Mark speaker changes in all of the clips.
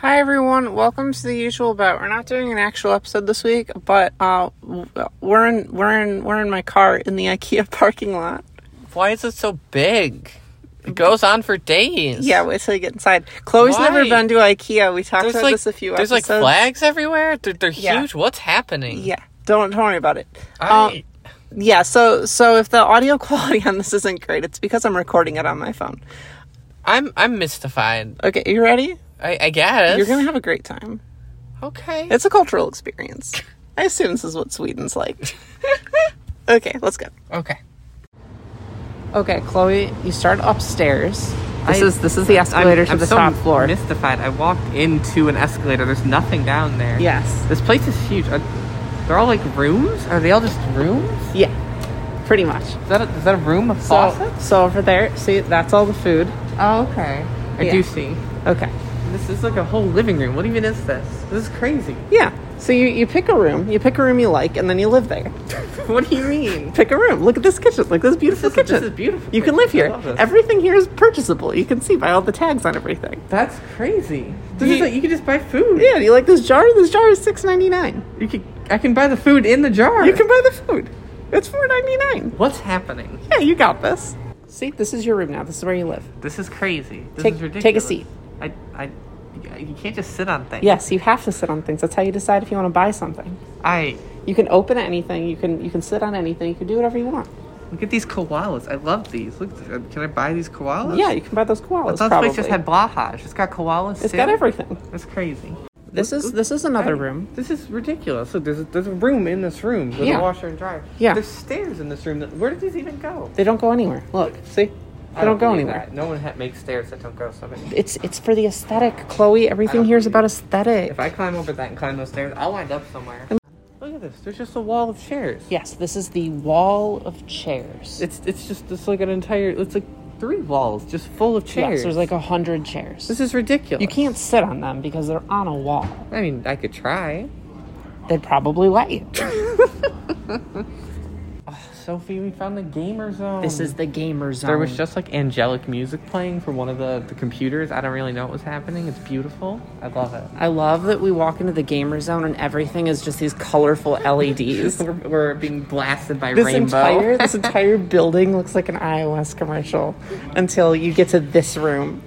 Speaker 1: Hi everyone, welcome to the usual bout. We're not doing an actual episode this week, but uh, w- we're in we're in we're in my car in the IKEA parking lot.
Speaker 2: Why is it so big? It goes on for days.
Speaker 1: Mm-hmm. Yeah, wait till you get inside. Chloe's
Speaker 2: Why?
Speaker 1: never been to IKEA. We talked
Speaker 2: there's
Speaker 1: about
Speaker 2: like
Speaker 1: this a few
Speaker 2: there's like
Speaker 1: episodes.
Speaker 2: flags everywhere. They're, they're
Speaker 1: Yeah.
Speaker 2: huge. What's happening?
Speaker 1: Yeah, Um, don't don't worry about it.
Speaker 2: I,
Speaker 1: Yeah, so so if the audio quality on this isn't great, it's because I'm recording it on my phone.
Speaker 2: I'm I'm mystified.
Speaker 1: Okay, you ready?
Speaker 2: I, I guess
Speaker 1: You're gonna have a great time.
Speaker 2: okay.
Speaker 1: It's a cultural experience. I assume this is what Sweden's like. okay, let's go.
Speaker 2: okay.
Speaker 1: Okay, Chloe, you start upstairs. This
Speaker 2: I-
Speaker 1: is this is the escalator to the
Speaker 2: so
Speaker 1: top floor.
Speaker 2: Mystified. I walked into an escalator. There's nothing down there.
Speaker 1: yes.
Speaker 2: This place is huge. Are, they're all like rooms. Are they all just rooms?
Speaker 1: Yeah. Pretty much.
Speaker 2: Is that a, is that a room of
Speaker 1: So,
Speaker 2: faucets?
Speaker 1: so over there, see, that's all the food.
Speaker 2: Oh, okay. I
Speaker 1: Yeah.
Speaker 2: do see.
Speaker 1: Okay.
Speaker 2: This is like a whole living room. What even is this? This is crazy.
Speaker 1: Yeah. So you, you pick a room, you pick a room you like, and then you live there.
Speaker 2: what do you mean?
Speaker 1: Pick a room. Look at this kitchen. Look at this beautiful
Speaker 2: This is-
Speaker 1: kitchen.
Speaker 2: this is beautiful.
Speaker 1: You can live
Speaker 2: I
Speaker 1: here.
Speaker 2: love this.
Speaker 1: Everything here is purchasable. You can see by all the tags on everything.
Speaker 2: That's crazy. This
Speaker 1: You-
Speaker 2: is like you can just buy food.
Speaker 1: Yeah, do you like this jar? This jar is six ninety nine.
Speaker 2: You can I can buy the food in the jar.
Speaker 1: You can buy the food. It's four ninety nine.
Speaker 2: What's happening?
Speaker 1: Yeah, you got this. See, this is your room now. This is where you live.
Speaker 2: This is crazy. This
Speaker 1: Take-
Speaker 2: is
Speaker 1: take a
Speaker 2: ridiculous.
Speaker 1: seat.
Speaker 2: I I you can't just sit on things.
Speaker 1: Yes, you have to sit on things. That's how you decide if you want to buy something.
Speaker 2: I
Speaker 1: You can open anything. You can you can sit on anything. You can do whatever you want.
Speaker 2: look at these koalas. I love these. Look at this. can I buy these koalas?
Speaker 1: Yeah, you can buy those koalas.
Speaker 2: I thought this
Speaker 1: probably.
Speaker 2: place just had blahage. It's got koalas.
Speaker 1: it's
Speaker 2: too.
Speaker 1: got everything.
Speaker 2: That's crazy.
Speaker 1: This is this is another
Speaker 2: I-
Speaker 1: room.
Speaker 2: This is ridiculous. Look, there's a, there's a room in this room. There's
Speaker 1: Yeah.
Speaker 2: a washer and dryer.
Speaker 1: Yeah.
Speaker 2: There's stairs in this room. That, where did these even go?
Speaker 1: They don't go anywhere. Look, see, they
Speaker 2: I
Speaker 1: don't, go
Speaker 2: believe
Speaker 1: anywhere.
Speaker 2: that. No one ha- makes stairs that don't go somewhere.
Speaker 1: It's it's for the aesthetic, Chloe. Everything
Speaker 2: don't
Speaker 1: here is
Speaker 2: believe
Speaker 1: about
Speaker 2: it.
Speaker 1: aesthetic.
Speaker 2: If I climb over that and climb those stairs, I'll wind up somewhere. Look at this. There's just a wall of chairs.
Speaker 1: yes, this is the wall of chairs.
Speaker 2: It's it's just it's like an entire. It's like three walls just full of chairs.
Speaker 1: Yes, there's like a hundred chairs.
Speaker 2: this is ridiculous.
Speaker 1: you can't sit on them because they're on a wall.
Speaker 2: I mean, I could try.
Speaker 1: They'd probably let you.
Speaker 2: Sophie, we found the gamer zone.
Speaker 1: this is the gamer zone.
Speaker 2: There was just like angelic music playing from one of the, the computers. I don't really know what was happening. It's beautiful. I love it.
Speaker 1: I love that we walk into the gamer zone and everything is just these colorful E LEDs.
Speaker 2: We're, we're being blasted by
Speaker 1: this
Speaker 2: rainbow.
Speaker 1: entire this entire building looks like an iOS commercial until you get to this room.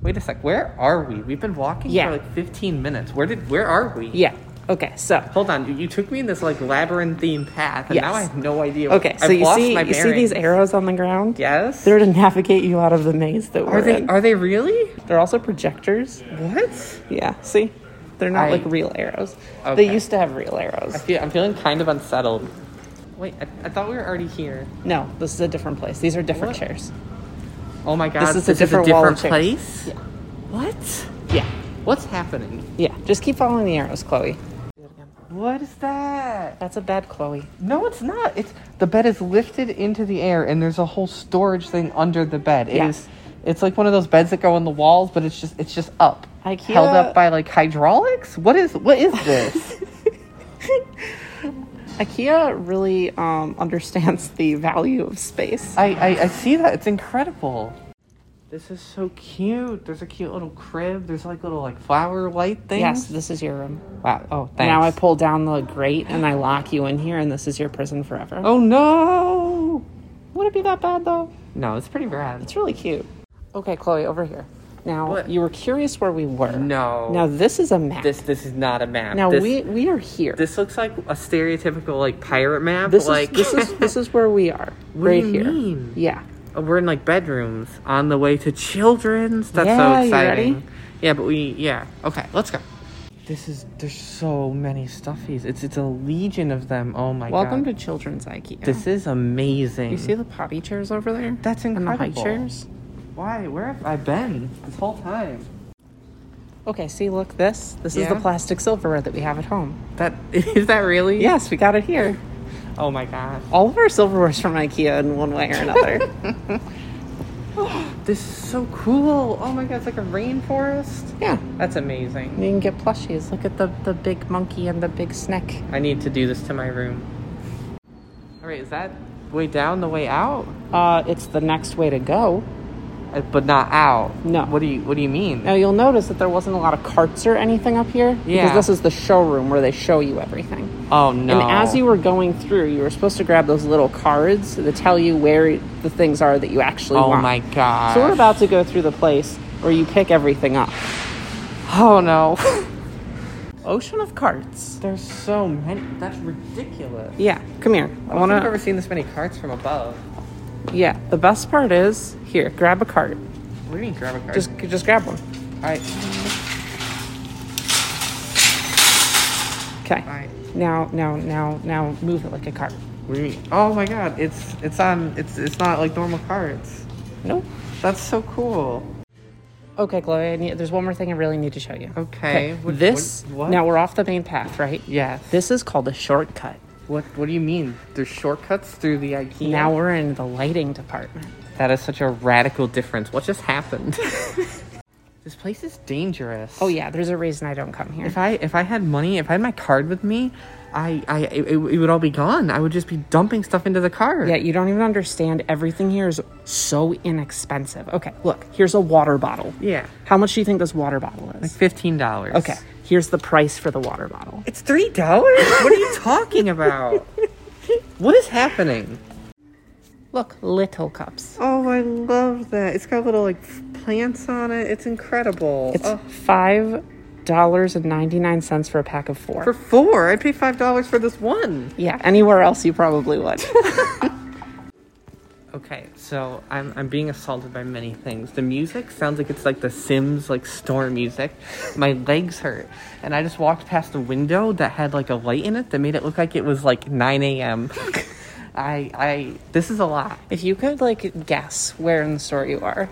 Speaker 2: Wait a sec. Where are we? We've been walking
Speaker 1: Yeah.
Speaker 2: for like 15 minutes. Where did? Where are we?
Speaker 1: Yeah. Okay. So
Speaker 2: Hold on, you- you took me in this like labyrinthine path, and now I
Speaker 1: Yes.
Speaker 2: have no idea.
Speaker 1: okay. So
Speaker 2: I've
Speaker 1: you
Speaker 2: lost
Speaker 1: see
Speaker 2: my
Speaker 1: you see these
Speaker 2: bearings.
Speaker 1: arrows on the ground.
Speaker 2: Yes.
Speaker 1: They're to navigate you out of the maze that we're
Speaker 2: are they?
Speaker 1: in.
Speaker 2: Are they really?
Speaker 1: They're also projectors.
Speaker 2: What?
Speaker 1: Yeah. See, they're not
Speaker 2: I-
Speaker 1: like real arrows. They
Speaker 2: Okay.
Speaker 1: used to have real arrows.
Speaker 2: I feel, I'm feeling kind of unsettled. Wait, I, I thought we were already here.
Speaker 1: No, this is a different place. These are different
Speaker 2: What?
Speaker 1: chairs.
Speaker 2: Oh my god,
Speaker 1: This is a different wall
Speaker 2: different
Speaker 1: of chairs.
Speaker 2: place. What?
Speaker 1: Yeah.
Speaker 2: What's happening?
Speaker 1: Yeah. Just keep following the arrows, Chloe.
Speaker 2: What is that?
Speaker 1: That's a bed, Chloe.
Speaker 2: No, it's not. It's the bed is lifted into the air, and there's a whole storage thing under the bed. It
Speaker 1: Yeah.
Speaker 2: is. It's like one of those beds that go on the walls, but it's just it's just up,
Speaker 1: IKEA-
Speaker 2: held up by like hydraulics. What is what is this?
Speaker 1: IKEA really um, understands the value of space.
Speaker 2: I, I I see that. It's incredible. This is so cute. There's a cute little crib. There's like little like flower light things.
Speaker 1: Yes, this is your room.
Speaker 2: Wow. Oh, thanks.
Speaker 1: Now I pull down the grate and I lock you in here, and this is your prison forever.
Speaker 2: oh no.
Speaker 1: would it be that bad though?
Speaker 2: No, it's pretty rad.
Speaker 1: It's really cute. Okay, Chloe, over here. Now
Speaker 2: What?
Speaker 1: you were curious where we were.
Speaker 2: No.
Speaker 1: Now this is a map.
Speaker 2: This this is not a map.
Speaker 1: now
Speaker 2: this,
Speaker 1: we we are here.
Speaker 2: this looks like a stereotypical like pirate map.
Speaker 1: This
Speaker 2: like
Speaker 1: is this is this is where we are.
Speaker 2: do
Speaker 1: right
Speaker 2: you
Speaker 1: here.
Speaker 2: mean?
Speaker 1: Yeah.
Speaker 2: we're in like bedrooms on the way to children's. That's
Speaker 1: Yeah,
Speaker 2: so
Speaker 1: you
Speaker 2: exciting.
Speaker 1: ready?
Speaker 2: Yeah, but we yeah. Okay, let's go. This is there's so many stuffies. It's it's a legion of them. Oh my
Speaker 1: Welcome
Speaker 2: god.
Speaker 1: to Children's IKEA.
Speaker 2: this is amazing.
Speaker 1: you see the potty chairs over there?
Speaker 2: That's
Speaker 1: and the high
Speaker 2: incredible.
Speaker 1: chairs.
Speaker 2: Why? Where have I been this whole time?
Speaker 1: Okay, see, look, this. This is the
Speaker 2: Yeah?
Speaker 1: plastic silverware that we have at home.
Speaker 2: That is that really?
Speaker 1: Yes, we got it here.
Speaker 2: Oh my gosh.
Speaker 1: All of our silverware's from IKEA in one way or another.
Speaker 2: This is so cool. Oh my god, it's like a rainforest.
Speaker 1: yeah.
Speaker 2: That's amazing.
Speaker 1: You can get plushies. Look at the, the big monkey and the big snake.
Speaker 2: I need to do this to my room. All right, is that way down the way out?
Speaker 1: Uh, it's the next way to go.
Speaker 2: uh, but not out.
Speaker 1: No.
Speaker 2: What do you What do you mean?
Speaker 1: Now you'll notice that there wasn't a lot of carts or anything up here
Speaker 2: Yeah.
Speaker 1: because this is the showroom where they show you everything.
Speaker 2: oh no.
Speaker 1: And as you were going through, you were supposed to grab those little cards that tell you where the things are that you actually
Speaker 2: Oh
Speaker 1: want.
Speaker 2: my god.
Speaker 1: So we're about to go through the place where you pick everything up.
Speaker 2: Oh no.
Speaker 1: Ocean of carts.
Speaker 2: There's so many. That's ridiculous.
Speaker 1: Yeah, come here. I
Speaker 2: I don't
Speaker 1: want
Speaker 2: think I've ever
Speaker 1: to.
Speaker 2: seen this many carts from above.
Speaker 1: Yeah, the best part is here. Grab a cart.
Speaker 2: What do you mean grab a cart?
Speaker 1: Just, just grab one.
Speaker 2: alright.
Speaker 1: Okay.
Speaker 2: Alright.
Speaker 1: Now, now, now, now, move it like a cart.
Speaker 2: What do you mean? Oh my god, it's it's on it's it's not like normal carts.
Speaker 1: Nope.
Speaker 2: That's so cool.
Speaker 1: Okay, Chloe. I need, there's one more thing I really need to show you.
Speaker 2: Okay. What-
Speaker 1: this.
Speaker 2: what- what?
Speaker 1: Now we're off the main path, right?
Speaker 2: Yes.
Speaker 1: This is called a shortcut.
Speaker 2: What What do you mean? There's shortcuts through the IKEA.
Speaker 1: Now we're in the lighting department.
Speaker 2: that is such a radical difference. What just happened? this place is dangerous.
Speaker 1: Oh yeah, there's a reason I don't come here.
Speaker 2: If I if I had money, if I had my card with me, I I it, it would all be gone. I would just be dumping stuff into the card.
Speaker 1: Yeah, you don't even understand. Everything here is so inexpensive. Okay, look, here's a water bottle.
Speaker 2: Yeah.
Speaker 1: How much do you think this water bottle is?
Speaker 2: Fifteen dollars.
Speaker 1: Okay, here's the price for the water bottle.
Speaker 2: It's three dollars? what are you talking about? what is happening?
Speaker 1: Look, little cups.
Speaker 2: Oh, I love that. It's got little like plants on it. It's incredible. Oh.
Speaker 1: It's five dollars and ninety nine cents for a pack of four.
Speaker 2: for four, I'd pay five dollars for this one.
Speaker 1: yeah, anywhere else you probably would.
Speaker 2: Okay, so I'm I'm being assaulted by many things. The music sounds like it's like the Sims like store music. My legs hurt, and I just walked past a window that had like a light in it that made it look like it was like 9 a.m. I I this is a lot.
Speaker 1: if you could like guess where in the store you are.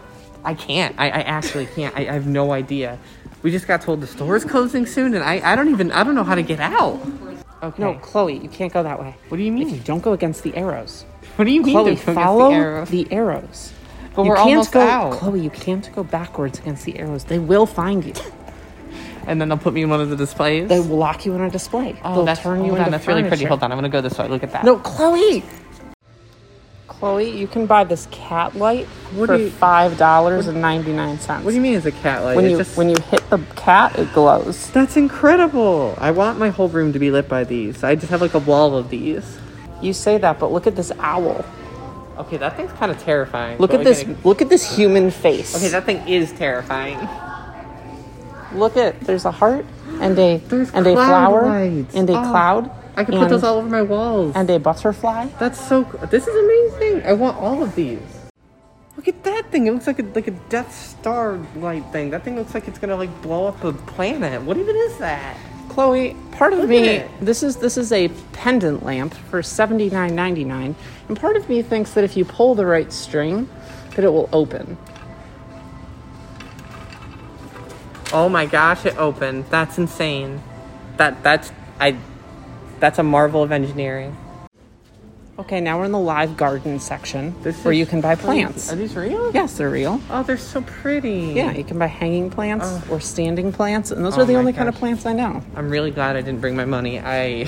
Speaker 2: I can't. I, I actually can't. I, I have no idea. We just got told the store is closing soon, and I, I don't even I don't know how to get out. Okay.
Speaker 1: No, Chloe, you can't go that way.
Speaker 2: What do you
Speaker 1: If you
Speaker 2: mean?
Speaker 1: don't go against the arrows.
Speaker 2: What do you mean?
Speaker 1: Chloe,
Speaker 2: don't go against
Speaker 1: follow
Speaker 2: the arrow?
Speaker 1: arrows.
Speaker 2: But
Speaker 1: you
Speaker 2: we're
Speaker 1: can't
Speaker 2: almost
Speaker 1: go,
Speaker 2: out.
Speaker 1: Chloe. You can't go backwards against the arrows. They will find you.
Speaker 2: and then they'll put me in one of the displays.
Speaker 1: They will lock you in a display.
Speaker 2: oh,
Speaker 1: They'll
Speaker 2: that's
Speaker 1: turn you
Speaker 2: hold
Speaker 1: into
Speaker 2: on, that's really pretty.
Speaker 1: furniture.
Speaker 2: Hold on, I'm gonna go this way. Look at that.
Speaker 1: No, Chloe. Chloe, you can buy this cat light
Speaker 2: What
Speaker 1: for
Speaker 2: do you-
Speaker 1: five dollars and ninety nine cents.
Speaker 2: What do you mean it's a cat light?
Speaker 1: When
Speaker 2: It
Speaker 1: you
Speaker 2: just-
Speaker 1: when you hit the cat, it glows.
Speaker 2: that's incredible. I want my whole room to be lit by these. I just have like a wall of these.
Speaker 1: You say that, but look at this owl.
Speaker 2: Okay, that thing's kind of terrifying.
Speaker 1: Look
Speaker 2: but
Speaker 1: at
Speaker 2: we're
Speaker 1: this.
Speaker 2: gonna-
Speaker 1: Look at this human face.
Speaker 2: Okay, that thing is terrifying.
Speaker 1: Look at there's a heart and a
Speaker 2: There's
Speaker 1: and a
Speaker 2: cloud
Speaker 1: flower
Speaker 2: lights.
Speaker 1: and a
Speaker 2: Oh,
Speaker 1: cloud.
Speaker 2: I could
Speaker 1: and,
Speaker 2: put those all over my walls.
Speaker 1: and a butterfly.
Speaker 2: That's so. cool. This is amazing. I want all of these. Look at that thing. It looks like a like a Death Star light thing. That thing looks like it's gonna like blow up a planet. What even is that?
Speaker 1: Chloe, part of
Speaker 2: Look at
Speaker 1: me
Speaker 2: it.
Speaker 1: this is this is a pendant lamp for seventy nine ninety nine, and part of me thinks that if you pull the right string, that it will open.
Speaker 2: Oh my gosh! It opened. That's insane. That that's I. That's a marvel of engineering.
Speaker 1: Okay, now we're in the live garden section
Speaker 2: This
Speaker 1: where
Speaker 2: is
Speaker 1: you can buy
Speaker 2: crazy.
Speaker 1: plants.
Speaker 2: Are these real?
Speaker 1: yes, they're real.
Speaker 2: Oh, they're so pretty.
Speaker 1: Yeah, you can buy hanging plants or standing plants, and those are
Speaker 2: Oh
Speaker 1: the
Speaker 2: my
Speaker 1: only kind of
Speaker 2: gosh.
Speaker 1: plants I know.
Speaker 2: I'm really glad I didn't bring my money. I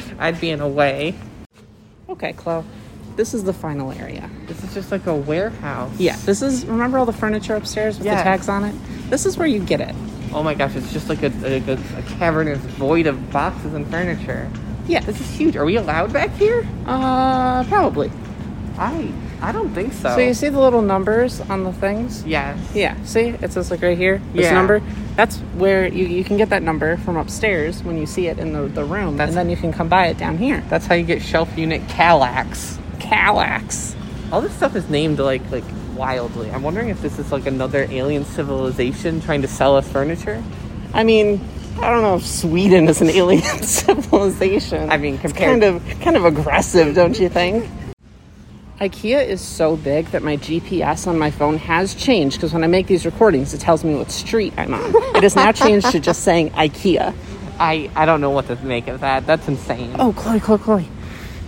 Speaker 2: I'd be in a way.
Speaker 1: Okay, Chloe, this is the final area.
Speaker 2: This is just like a warehouse.
Speaker 1: Yeah, this is remember all the furniture upstairs with the
Speaker 2: Yeah.
Speaker 1: tags on it? This is where you get it.
Speaker 2: Oh my gosh, it's just like a, like a, a cavernous void of boxes and furniture.
Speaker 1: Yeah.
Speaker 2: This is huge. Are we allowed back here?
Speaker 1: Uh probably.
Speaker 2: I I don't think so.
Speaker 1: So you see the little numbers on the things?
Speaker 2: yes.
Speaker 1: Yeah, see, it says like right here, this
Speaker 2: Yeah.
Speaker 1: number. That's where you, you can get that number from upstairs when you see it in the, the room,
Speaker 2: That's-
Speaker 1: and then you can come by it down here.
Speaker 2: That's how you get shelf unit Calax.
Speaker 1: Calax.
Speaker 2: All this stuff is named like like wildly. I'm wondering if this is like another alien civilization trying to sell us furniture.
Speaker 1: I mean, I don't know if Sweden is an alien civilization.
Speaker 2: I mean,
Speaker 1: It's
Speaker 2: compared-
Speaker 1: kind of kind of aggressive, don't you think? IKEA is so big that my GPS on my phone has changed because when I make these recordings, it tells me what street I'm on. it has now changed to just saying IKEA.
Speaker 2: I I don't know what to make of that. That's insane.
Speaker 1: Oh, Chloe, Chloe, Chloe.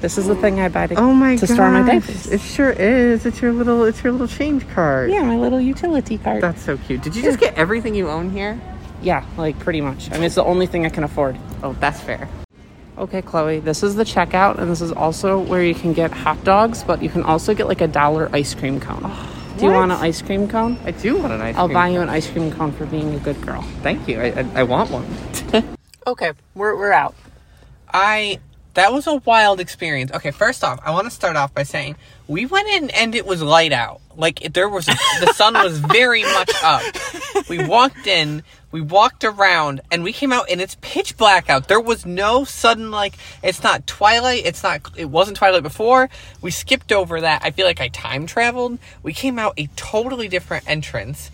Speaker 1: This is the thing I buy to,
Speaker 2: Oh my
Speaker 1: to store my
Speaker 2: gosh,
Speaker 1: diapers.
Speaker 2: It sure is. It's your little it's your little change card.
Speaker 1: yeah, my little utility card.
Speaker 2: That's so cute. Did you just get everything you own here?
Speaker 1: yeah, like pretty much. I mean, it's the only thing I can afford.
Speaker 2: Oh, that's fair.
Speaker 1: Okay, Chloe, this is the checkout, and this is also where you can get hot dogs, but you can also get like a dollar ice cream cone. Do you
Speaker 2: What?
Speaker 1: want an ice cream cone?
Speaker 2: I do want an ice
Speaker 1: I'll
Speaker 2: cream.
Speaker 1: buy Oh, you an ice cream cone for being a good girl.
Speaker 2: Thank you. I, I, I want one.
Speaker 1: Okay, we're, we're out.
Speaker 2: I. That was a wild experience. Okay, first off, I want to start off by saying we went in and it was light out. Like it- there was the sun was very much up. We walked in, we walked around, and we came out and it's pitch black out. There was no sudden like it's not twilight. It's not. It wasn't twilight before. We skipped over that. I feel like I time traveled. We came out a totally different entrance.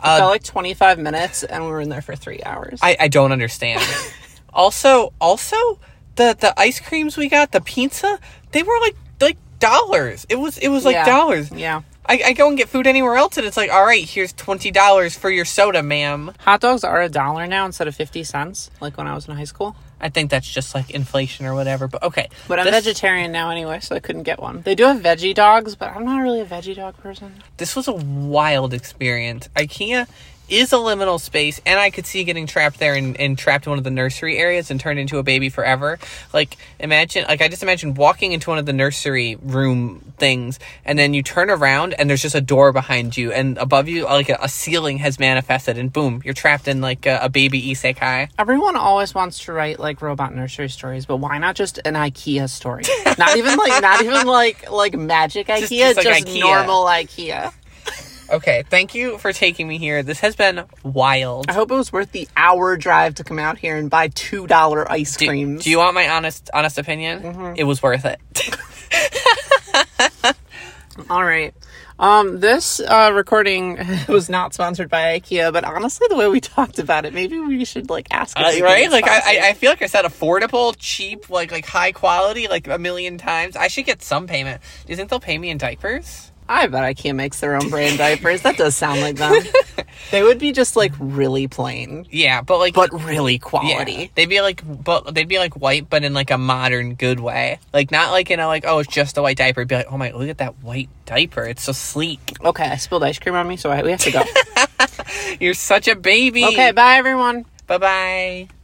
Speaker 2: Uh,
Speaker 1: Felt like 25 minutes and we were in there for three hours.
Speaker 2: I, I don't understand. also, also the the ice creams we got, the pizza, they were like like dollars. It was it was like
Speaker 1: Yeah.
Speaker 2: dollars.
Speaker 1: Yeah.
Speaker 2: I, I go and get food anywhere else, and it's like, all right, here's twenty dollars for your soda, ma'am.
Speaker 1: Hot dogs are a dollar now instead of 50 cents, like when I was in high school.
Speaker 2: I think that's just like inflation or whatever. But okay,
Speaker 1: But I'm
Speaker 2: this,
Speaker 1: vegetarian now anyway, so I couldn't get one. They do have veggie dogs, but I'm not really a veggie dog person.
Speaker 2: this was a wild experience. IKEA is a liminal space, and I could see getting trapped there and, and trapped in one of the nursery areas and turned into a baby forever. Like, imagine, like, I just imagine walking into one of the nursery room things, and then you turn around, and there's just a door behind you, and above you, like, a, a ceiling has manifested, and boom, you're trapped in, like, a, a baby isekai.
Speaker 1: Everyone always wants to write like robot nursery stories, but why not just an IKEA story? Not even like not even like like magic
Speaker 2: Just-
Speaker 1: IKEA, just,
Speaker 2: just like IKEA.
Speaker 1: normal IKEA.
Speaker 2: Okay, thank you for taking me here. This has been wild.
Speaker 1: I hope it was worth the hour drive to come out here and buy two dollar ice
Speaker 2: Do-
Speaker 1: creams.
Speaker 2: Do you want my honest honest opinion? It was worth it.
Speaker 1: All right. Um, this uh, recording was not sponsored by IKEA, but honestly, the way we talked about it, maybe we should like ask. if
Speaker 2: Uh,
Speaker 1: we can
Speaker 2: right?
Speaker 1: get
Speaker 2: Like I, I-
Speaker 1: sponsored.
Speaker 2: I feel like I said affordable, cheap, like like high quality, like a million times. I should get some payment. Do you think they'll pay me in diapers?
Speaker 1: I bet IKEA makes their own brand diapers. That does sound like them. they would be just like really plain,
Speaker 2: Yeah, but like
Speaker 1: but really
Speaker 2: yeah.
Speaker 1: quality.
Speaker 2: They'd be like but they'd be like white, but in like a modern good way. Like not like you know like oh it's just a white diaper. It'd be like oh my look at that white diaper. It's so sleek.
Speaker 1: Okay, I spilled ice cream on me, so I, we have to go.
Speaker 2: You're such a baby.
Speaker 1: okay, bye everyone.
Speaker 2: Bye bye.